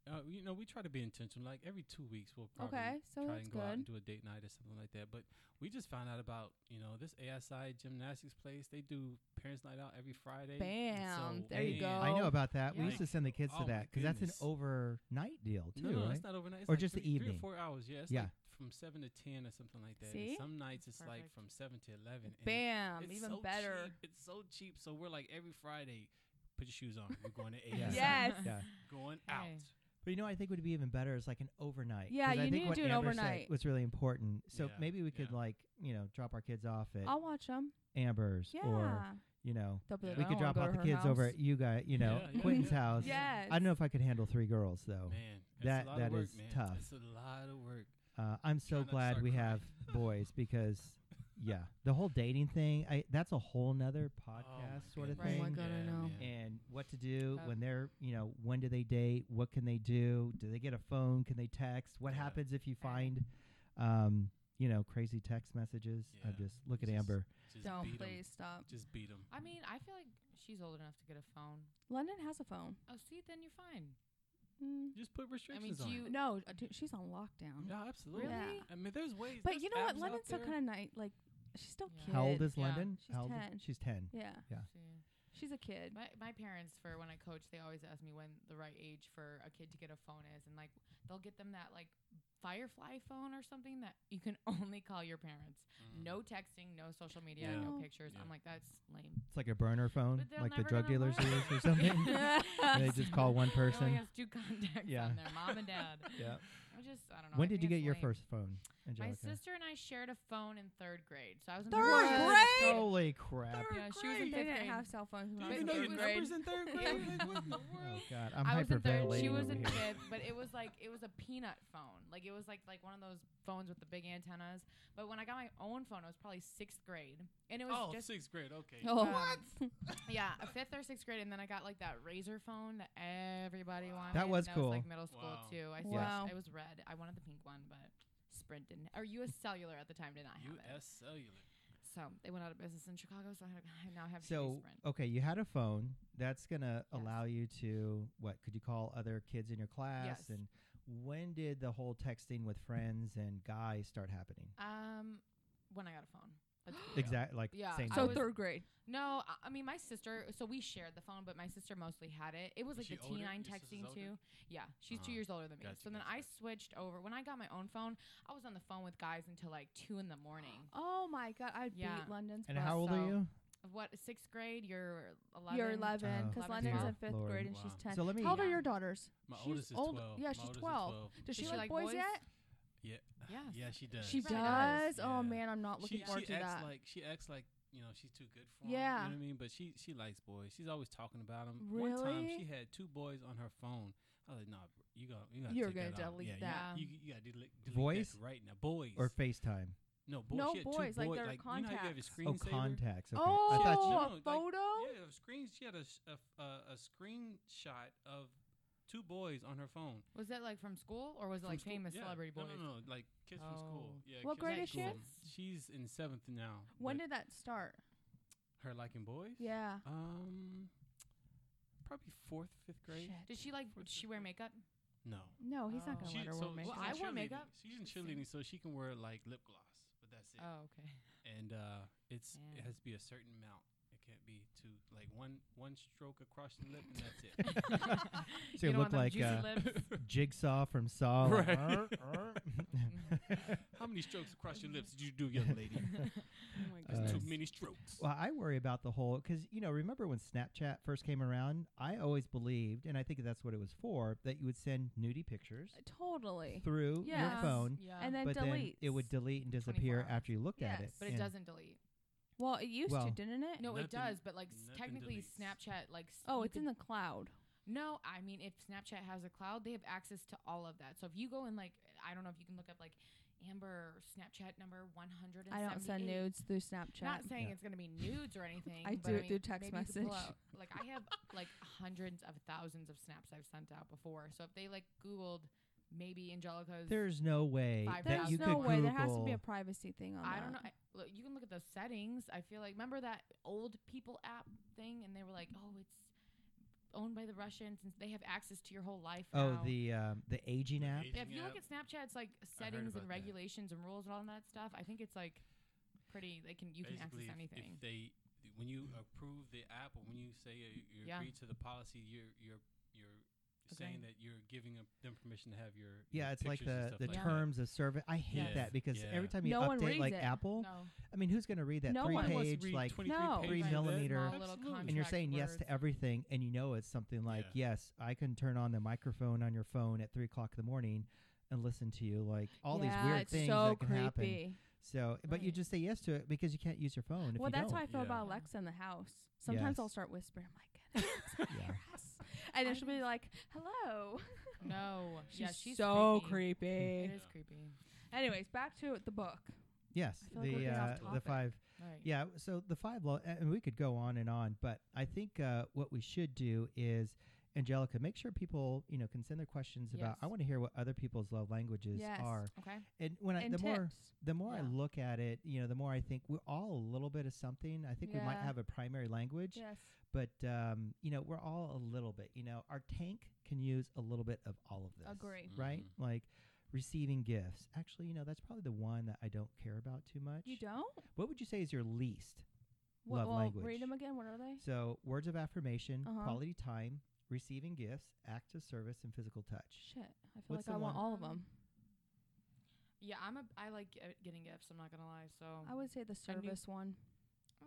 C: Uh, you know, we try to be intentional. Like every two weeks, we'll probably
B: Okay, so
C: try
B: that's
C: and go out
B: good.
C: and do a date night or something like that. But we just found out about you know this ASI gymnastics place. They do parents' night out every Friday.
B: Bam,
C: and so-
B: there you go.
A: I know about that. We
D: Yeah.
A: used to send the kids
C: Oh
A: to
C: my
A: that because that's an
C: goodness.
A: overnight deal too,
C: No, no,
A: right?
C: it's not overnight. It's
A: Or
C: like
A: just the
C: three, Three
A: evening.
C: or four hours. Yeah, it's
A: Yeah.
C: like from seven to ten or something like that.
B: See?
C: And some nights it's like
D: Perfect.
C: from seven to eleven. and
B: Bam,
C: it's
B: Um, even
C: so
B: better.
C: Cheap. It's so cheap. So we're like every Friday, put your shoes on.
B: <laughs>
C: We're going to
A: Yeah.
C: ASI.
B: Yes.
A: Yeah.
C: Going
D: Hey.
C: out.
A: But you know, I think would be even better is like an overnight.
B: Yeah,
A: 'cause I
B: you
A: think
B: need to
A: what
B: do an
A: Amber said
B: overnight.
A: Was really important. So
C: Yeah,
A: maybe we could
C: yeah.
A: like you know drop our kids off at
B: I'll watch them.
A: Amber's
B: Yeah.
A: or you know
B: They'll be
C: Yeah.
B: like,
A: we
B: "I
A: could
B: don't
A: drop
B: wanna
A: off
B: go
A: the
B: to her
A: kids over
B: house."
A: at you guys you know
C: Yeah,
B: <laughs>
C: yeah,
A: Quentin's
C: yeah.
A: house.
B: Yes.
A: I don't know if I could handle three girls though.
C: Man,
A: Oh.
C: that's
A: That-
C: a lot
A: that
C: of work,
A: is
C: man.
A: tough.
C: It's a lot of work.
A: Uh, I'm
C: Try
A: so
C: not to
A: glad
C: start
A: we
C: crying.
A: have boys because yeah, the whole dating thing. I that's a whole nother
C: <laughs> Oh my
A: podcast sort of
C: goodness.
A: thing.
D: Oh my God, I
C: Yeah,
D: know.
C: man.
A: and what to do
D: Uh,
A: when they're you know when do they date what can they do do they get a phone can they text what
C: Yeah.
A: happens if you
D: Right.
A: find um you know crazy text messages i'm
C: Yeah.
A: just look at
C: Just-
A: amber
C: Just
B: Don't
C: beat 'em.
B: please stop.
C: Just beat 'em.
D: I mean, I feel like she's old enough to get a phone.
B: London has a phone.
D: Oh, see, then you're fine.
B: Mm.
C: Just put
D: I
C: restrictions
D: mean, do
C: on.
D: you
C: it.
B: No, uh, dude, she's on lockdown.
C: Yeah, absolutely.
B: Really?
C: I mean, there's ways.
B: But
C: there's
B: you know what?
C: apps
B: London's still
C: out
B: kind of nice. Like, she's still
D: Yeah.
B: kid.
A: How old is
D: Yeah.
A: London?
B: She's
A: How old is-
B: 10.
A: she's 10.
B: Yeah,
A: Yeah.
D: See.
B: she's a kid.
D: My my parents for when I coach, they always ask me when the right age for a kid to get a phone is, and like they'll get them that like Firefly phone or something that you can <laughs> only call your parents.
C: Mm.
D: No texting, no social media,
C: Yeah.
D: no
B: No.
D: pictures. I'm
C: Yeah.
D: like that's lame.
A: It's like a burner phone,
D: But they're
A: like the
D: never
A: drug
D: gonna Oh,
A: dealers use
D: learn.
A: or
D: <laughs>
A: something. <laughs> they just call one
D: They only
A: person.
D: has two contacts
A: Yeah.
D: on there, mom and dad.
A: <laughs> Yeah.
D: I just I don't know.
A: When
D: I
A: did you
D: think
A: get
D: it's
A: your
D: lame.
A: first phone,
D: My
A: Angelica?
D: sister and I shared a phone in third grade, so I was in
B: Third
D: third
B: grade?
A: Holy crap!
D: Yeah, she was
B: They
D: in fifth
B: didn't
D: grade.
B: have cell phones. When
C: Do
B: I was
C: you even
B: in
C: know
B: third
C: your
B: grade.
C: numbers in
B: <laughs>
C: third grade? Like, what in the
A: Oh
C: world?
A: God, I'm
D: I was in third.
A: hyperventilating
D: She was
A: over
D: in
A: here.
D: fifth, but it was like it was a peanut phone. Like it was like like one of those phones with the big antennas. But when I got my own phone, it was probably sixth grade, and it was
C: Oh,
D: just
C: sixth grade. Okay.
B: Oh. <laughs>
D: What? yeah,
C: Uh,
D: a fifth or sixth grade, and then I got like that razor phone that everybody wanted.
A: That was
D: was like
A: cool.
D: middle school
C: Wow.
D: too. I
B: Yes.
D: switched.
B: Wow.
D: It was red. I wanted the pink one, but Sprint didn't. Or U.S. Cellular at the time did not have it.
C: U.S. Cellular.
D: So they went out of business in Chicago. So I, had, I now have to use
A: So
D: Sprint.
A: okay, you had a phone that's gonna
D: Yes.
A: allow you to what? Could you call other kids in your class?
D: Yes.
A: And when did the whole texting with friends and guys start happening?
D: Um, when I got a phone.
C: <gasps>
D: That's cool.
A: Exactly, like
D: Yeah,
A: same.
D: I
B: So
A: day.
D: was-
B: third grade.
D: No, I- I mean my sister. So we shared the phone, but my sister mostly had it. It was
C: Was
D: like the
C: she older?
D: T9
C: Your sister's
D: texting
C: older?
D: too. Yeah, she's two
C: Ah,
D: years older than me.
C: gotcha,
D: so then
C: gotcha,
D: I
C: gotcha.
D: switched over. When I got my own phone, I was on the phone with guys until like two in the morning.
B: Oh my god, I'd
D: Yeah.
B: beat London's.
A: and
B: bus.
A: how old are
D: so-
A: you?
D: What sixth grade? You're eleven.
B: You're 11
A: Oh,
B: because
D: 11's
B: London's in
A: Lord.
B: fifth
A: Lord.
B: grade and she's
C: Wow.
B: 10.
A: So let me.
B: how old are
D: Yeah.
B: your daughters?
C: My
B: She's
C: oldest is
B: old-
C: 12.
B: yeah,
C: My
B: she's
C: oldest is
B: 12. Does
D: Does
B: she,
D: she
B: like
D: like
B: boys,
D: boys?
B: yet?
D: Yes.
C: Yeah, she does.
B: She
D: Probably
B: does.
D: does.
B: Oh
C: Yeah.
B: man, I'm not looking
C: she,
B: forward
C: she
B: to
C: acts
B: that.
C: like she acts like you know she's too good for 'em,
B: Yeah.
C: You know what I mean? But she she likes boys. She's always talking about them. One time
B: Really?
C: she had two boys on her phone. I was like, nah, bro, you got you got
B: You're
C: going
B: gonna
C: to
B: delete
C: yeah,
D: that.
C: You, you, you got to delete, delete
A: Voice?
C: that right now. Boys
A: Or FaceTime?
C: no boys.
B: No
C: she had
B: boys,
C: two
B: like
C: boys.
B: their
C: you know how you have your
B: contacts.
A: Oh,
C: screensaver.
A: contacts. Okay.
B: Oh,
A: I thought
C: you-
B: a
C: No, like-
B: photo.
C: Yeah, a screen. She had a s- a, f- a- a screenshot of two boys on her phone.
D: Was that like from school or was it
C: from
D: like
C: school.
D: famous
C: Yeah.
D: celebrity boys?
C: No, no, no, like kids from school.
D: Oh.
C: Yeah,
B: What
C: kids
B: grade
C: from
D: is she in?
C: school. She's in seventh now.
B: When
C: but
B: did that start?
C: her liking boys?
B: Yeah.
C: Um, probably fourth, fifth grade.
B: Shit.
D: Did she like?
C: For
D: Did she wear makeup?
C: No.
B: No, he's not
D: Oh.
B: gonna
D: She-
B: let her
C: so
B: wear makeup.
C: she's
D: Well, I
C: in
D: wear
C: cheerleading.
D: makeup.
C: She's in
D: Interesting.
C: cheerleading, so she can wear like lip gloss, but that's it.
D: Oh, okay.
C: <laughs> And uh, it's
D: Yeah.
C: it has to be a certain amount. It can't be too like one one stroke across the lip, and that's it.
A: So you
D: don't
A: look
D: want them
A: like
D: <laughs> juicy
A: uh,
D: lips.
A: Jigsaw from Saw. like,
C: <laughs> Right.
A: "Arr, arr."
C: <laughs> How many strokes across your lips did you do, young
D: <laughs>
C: lady?
D: oh <laughs> my
A: Uh,
D: goodness.
C: That's too many strokes.
A: <laughs> well, I worry about the whole because you know, remember when Snapchat first came around? I always believed, and I think that's what it was for, that you would send nudie pictures
B: <laughs> Totally.
A: through
B: Yes.
A: your phone,
D: Yeah.
B: And then
A: but then
B: delete.
A: it would delete and
D: 24
A: disappear
D: hours.
A: after you looked at it.
B: Yes.
D: but it
A: And
D: doesn't delete.
B: Well, it used
A: Well-
B: to, didn't it?
D: No, it
C: Nothing-
D: does. But like s-
C: nothing
D: technically,
C: deletes.
D: Snapchat like. s-
B: Oh,
D: you
B: it's in
D: could-
B: the cloud.
D: No, I mean if Snapchat has a cloud, they have access to all of that. So if you go in like I don't know if you can look up like Amber Snapchat number one hundred.
B: I don't send nudes through Snapchat.
D: Not saying
A: Yeah.
D: it's gonna be nudes or anything.
B: <laughs> I
D: but
B: do it
D: mean,
B: through text
D: maybe you could pull
B: message.
D: out- like I have like hundreds of thousands of snaps I've sent out before. So if they like Googled maybe Angelica's,
A: there's no way
D: Five
A: that
B: There's
A: you
D: thousand.
A: could
B: no way.
A: Google.
B: There has to be a privacy thing on
D: I
B: that.
D: don't know. I, look, you can look at those settings. I feel like remember that old people app thing, and they were like, oh, it's owned by the Russians, and they have access to your whole life.
A: oh,
D: now.
A: the um, the aging app.
D: Yeah, if
C: Aging
D: you look
C: app.
D: at Snapchat's like
C: I heard
D: settings
C: about
D: and
C: that.
D: regulations and rules and all that stuff, I think it's like pretty. They can you can access
C: Basically, if-
D: anything.
C: If they, when you approve the app or when you say uh, you
D: Yeah.
C: agree to the policy, you're you're you're saying that you're giving them- them permission to have your
A: Yeah,
C: your
A: it's like
C: pictures and
A: the,
C: stuff
A: the
C: like that.
A: terms of service. I hate
D: Yes.
A: that because
C: Yeah.
A: every time you
B: No one
A: update
B: reads
A: like
B: it.
A: Apple,
D: no,
A: I mean, who's going to read that
B: No
A: three
B: one.
C: Everyone wants to
A: page
C: read
A: like
C: 23
B: No.
C: pages
A: three
C: of that.
A: millimeter-
D: small little
C: Absolutely.
A: and you're saying yes
D: words.
A: to everything and you know it's something like yes i can turn on the microphone on your phone at three o'clock in the morning and listen to you like all
B: yeah,
A: these weird
B: it's
A: things
B: so
A: that can
B: creepy.
A: happen so but you
D: Right.
A: just say yes to it because you can't use your phone if
B: Well,
A: you
B: that's
A: don't
B: how I feel about
D: Yeah.
B: Alexa in the house. Sometimes I'll
A: Yes.
B: start whispering, <laughs> "My goodness,
A: Yeah.
B: hear us," and
D: I
B: then she'll be
D: think-
B: like, "Hello."
D: No,
B: <laughs>
D: yeah, she's creepy. It
A: <laughs>
B: creepy.
D: is creepy.
B: Anyways, back to the book.
A: <laughs> yes
B: I feel like we're
A: the
B: getting off
A: uh, the
B: topic.
A: five
D: All right.
A: yeah so the five law and we could go on and on but i think uh, what we should do is Angelica, make sure people you know can send their questions about. I
D: Yes.
A: want to hear what other people's love languages
B: Yes.
A: are.
D: Okay.
A: And when I,
B: and
A: the
B: tips.
A: more the more
D: Yeah.
A: I look at it, you know, the more I think we're all a little bit of something. I think we might
B: Yeah.
A: have a primary language,
B: yes.
A: but um, you know, we're all a little bit. You know, our tank can use a little bit of all of this.
B: Agree.
A: Right?
C: Mm-hmm.
A: Like receiving gifts. Actually, you know, that's probably the one that I don't care about too much.
B: You don't?
A: What would you say is your least?
B: What,
A: Love
B: well,
A: language.
B: read them again. What are they?
A: So, words of affirmation,
B: Uh-huh.
A: quality time, receiving gifts, acts of service, and physical touch.
B: Shit. I feel
A: What's
B: like I
A: the
B: want
A: one-
B: all of them.
D: Yeah, I'm a. I like gi- getting gifts. I'm not gonna lie. So,
B: I would say the
D: I knew- Ah.
B: service one.
D: uh,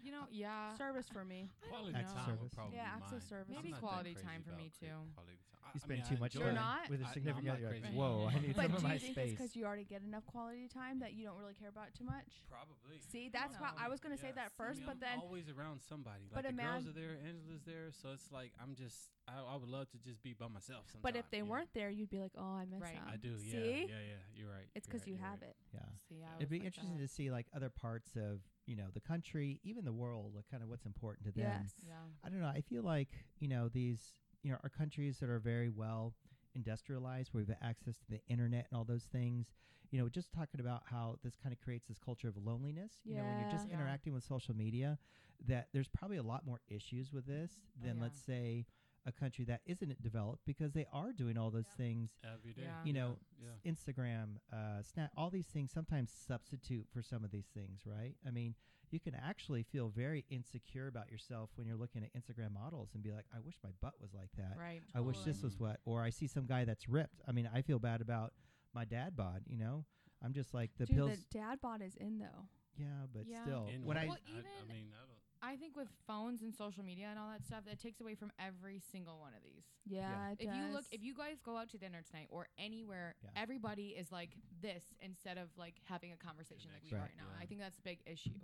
D: you know, yeah.
B: service for me.
D: I don't
C: Quality
D: know.
A: Acts of
C: time
A: service.
C: would probably
B: Yeah,
C: be
B: acts of
C: mine.
B: service.
C: I'm
D: Maybe
C: not that
D: quality
C: crazy
D: time for
C: about
D: me
C: cra-
D: too.
C: quality time. I-
A: You
C: I
A: spend
C: mean, I
A: too much
C: enjoy
B: You're
A: time
C: it.
B: not?
A: with
C: I-
A: a
C: no, I'm
A: significant
C: not
A: other. you're like,
C: crazy.
A: Whoa, I need
B: But
A: some of
B: do
A: my
B: you think it's
A: space.
B: because you already get enough quality time that you don't really care about it too much?
C: Probably.
B: See, that's why I
C: Probably,
B: was gonna say that first,
C: I mean,
B: but
C: I'm
B: then-
C: always around somebody.
B: but
C: Like the girls
B: imag-
C: are there, Angela's there, so it's like I'm just. I, I would love to just be by myself. Sometimes,
B: But if they
C: you know?
B: weren't there, you'd be like, oh, I miss
D: Right.
B: them.
D: I
C: I do. Yeah,
B: See?
C: yeah, yeah. You're right.
B: It's because you have it.
A: <laughs> yeah.
D: See, I was
A: It'd be
D: like
A: interesting
D: that.
A: to see like other parts of, you know, the country, even the world, like kind of what's important to them.
B: Yes.
D: Yeah.
A: I don't know. I feel like, you know, these, you know, our countries that are very well industrialized, where we've got access to the internet and all those things, you know, just talking about how this kind of creates this culture of loneliness, you know, when you're just
D: Yeah. Yeah.
A: interacting with social media, that there's probably a lot more issues with this
D: Oh,
A: than,
D: yeah.
A: let's say, a country that isn't developed because they are doing all those
B: Yeah.
A: things
C: Every day.
D: Yeah.
A: you know,
C: Uh-huh. Yeah.
A: s- Instagram, uh, Snap, all these things sometimes substitute for some of these things, right? I mean, you can actually feel very insecure about yourself when you're looking at Instagram models and be like, I wish my butt was like that.
D: Right.
A: I wish this was what, or I see some guy that's ripped. I mean, I feel bad about my dad bod, you know? I'm just like, the
B: Dude,
A: pills,
B: the dad bod is in though.
A: yeah, but
D: Yeah.
A: still.
C: And
A: When I,
D: Well,
C: I,
D: even-
C: mean, I don't.
D: I think with phones and social media and all that stuff, that takes away from every single one of these.
B: Yeah,
A: Yeah.
B: It
D: If you look,
B: does.
D: if you guys go out to dinner tonight or anywhere,
A: Yeah.
D: everybody is like this instead of like having a conversation like we
A: Connection,
D: are right now.
C: yeah.
D: I think that's a big issue.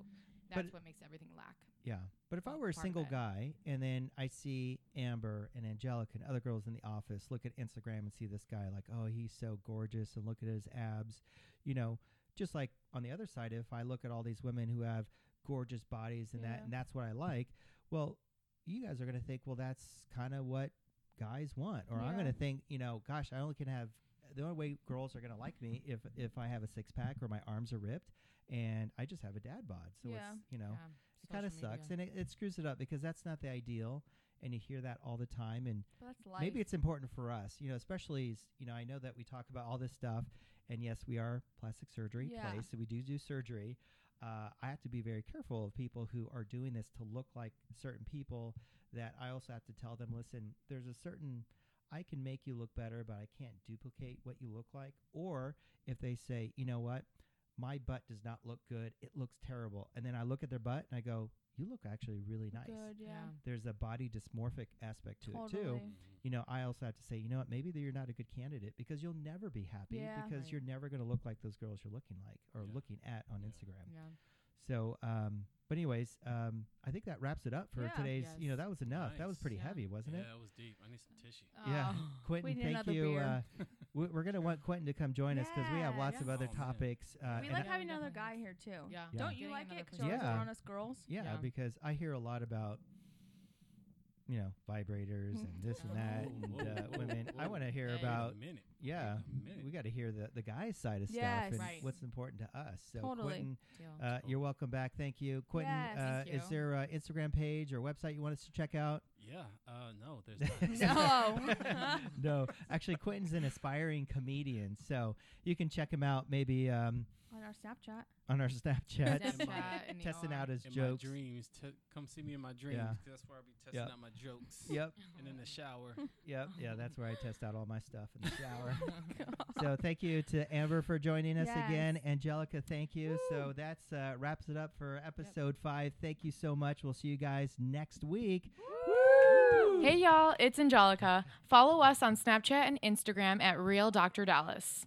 D: That's
A: it-
D: what makes everything lack.
A: yeah. But if I
D: Oh,
A: were a
D: part of
A: single
D: it.
A: guy and then I see Amber and Angelica and other girls in the office look at Instagram and see this guy, like, oh, he's so gorgeous and look at his abs, you know, just like on the other side, if I look at all these women who have gorgeous bodies and that,
B: Yeah.
A: and that's what I like, well, you guys are going to think, well, that's kind of what guys want. Or I'm
B: Yeah.
A: going to think, you know, gosh, I only can have the only way girls are going to like me if if I have a six pack or my arms are ripped and I just have a dad bod. So
B: Yeah.
A: it's, you know,
D: Yeah,
A: it kind of
D: social media.
A: sucks and it, it screws it up because that's not the ideal and you hear that all the time and
B: But that's life.
A: maybe it's important for us you know especially as you know i know that we talk about all this stuff and yes we are plastic surgery
B: Yeah.
A: place so we do do surgery uh, i have to be very careful of people who are doing this to look like certain people that i also have to tell them listen there's a certain i can make you look better but i can't duplicate what you look like or if they say you know what my butt does not look good it looks terrible and then i look at their butt and i go you look actually really nice
B: good. Yeah,
A: there's a body dysmorphic aspect to
B: totally.
A: it too.
C: mm-hmm.
A: You know, I also have to say, you know what, maybe that you're not a good candidate because you'll never be happy
B: Yeah.
A: because
D: Right.
A: you're never going to look like those girls you're looking like or
C: Yeah.
A: looking at on
C: Yeah.
A: Instagram.
D: Yeah.
A: So, um, but anyways, um, I think that wraps it up for
B: Yeah.
A: today's. You know,
D: Yes.
A: that was enough. That was
C: Nice.
A: pretty
D: Yeah.
A: heavy, wasn't
C: yeah,
A: it?
C: that was deep. I need some tissue.
A: Yeah.
D: Oh.
A: Quentin,
B: need
A: thank
B: another
A: you.
B: beer.
A: Uh,
C: <laughs>
A: we- we're going to want Quentin to come join us 'cause we have
B: Yeah,
A: lots of
C: yeah.
A: other
C: Oh, man.
A: topics. Uh,
B: we
A: and
B: like
A: I-
D: Yeah,
B: having
D: we
B: another
D: definitely
B: guy
D: have-
B: here too.
D: Yeah.
A: Yeah.
B: Don't you
D: Getting
B: like
D: another
B: it? 'Cause you're always
A: Yeah.
B: around us girls.
A: yeah,
D: Yeah.
A: because I hear a lot about, you know, vibrators
B: <laughs>
A: and <laughs> this and that
C: Whoa,
A: and
C: whoa,
A: uh,
C: whoa,
A: women. I
C: whoa.
A: want to hear
D: Hey.
A: about
C: Wait a minute.
A: Yeah,
C: Wait a minute.
A: we got to hear the the guys' side of stuff
B: Yes.
A: and
D: Right.
A: what's important to us. So,
B: Totally.
A: Quentin,
D: Deal.
A: uh, you're welcome back. Thank you, Quentin.
B: Yes.
A: uh,
D: Thank
A: Is
D: you.
A: there an Instagram page or website you want us to check out? <laughs>
C: Yeah. Uh, no,
B: <laughs>
C: there's not. <laughs>
B: No.
A: no. Actually, Quentin's an aspiring comedian, so you can check him out maybe um,
B: On our Snapchat. <laughs>
A: on our Snapchat,
D: Snapchat and the
A: testing
D: OR.
A: out his
C: in
A: jokes.
C: my dreams. T- come see me in my dreams.
A: Yeah.
C: 'cause That's where I'll be testing
A: Yep.
C: out my jokes.
A: Yep,
C: And <laughs> in the shower.
A: yep, yeah. That's where I test out all my stuff in the shower. <laughs> so thank you to Amber for joining us again. Angelica, thank you. So that's uh, wraps it up for episode five. Thank you so much. We'll see you guys next week.
D: Hey y'all, it's Angelica. Follow us on Snapchat and Instagram at Real Dr. Dallas.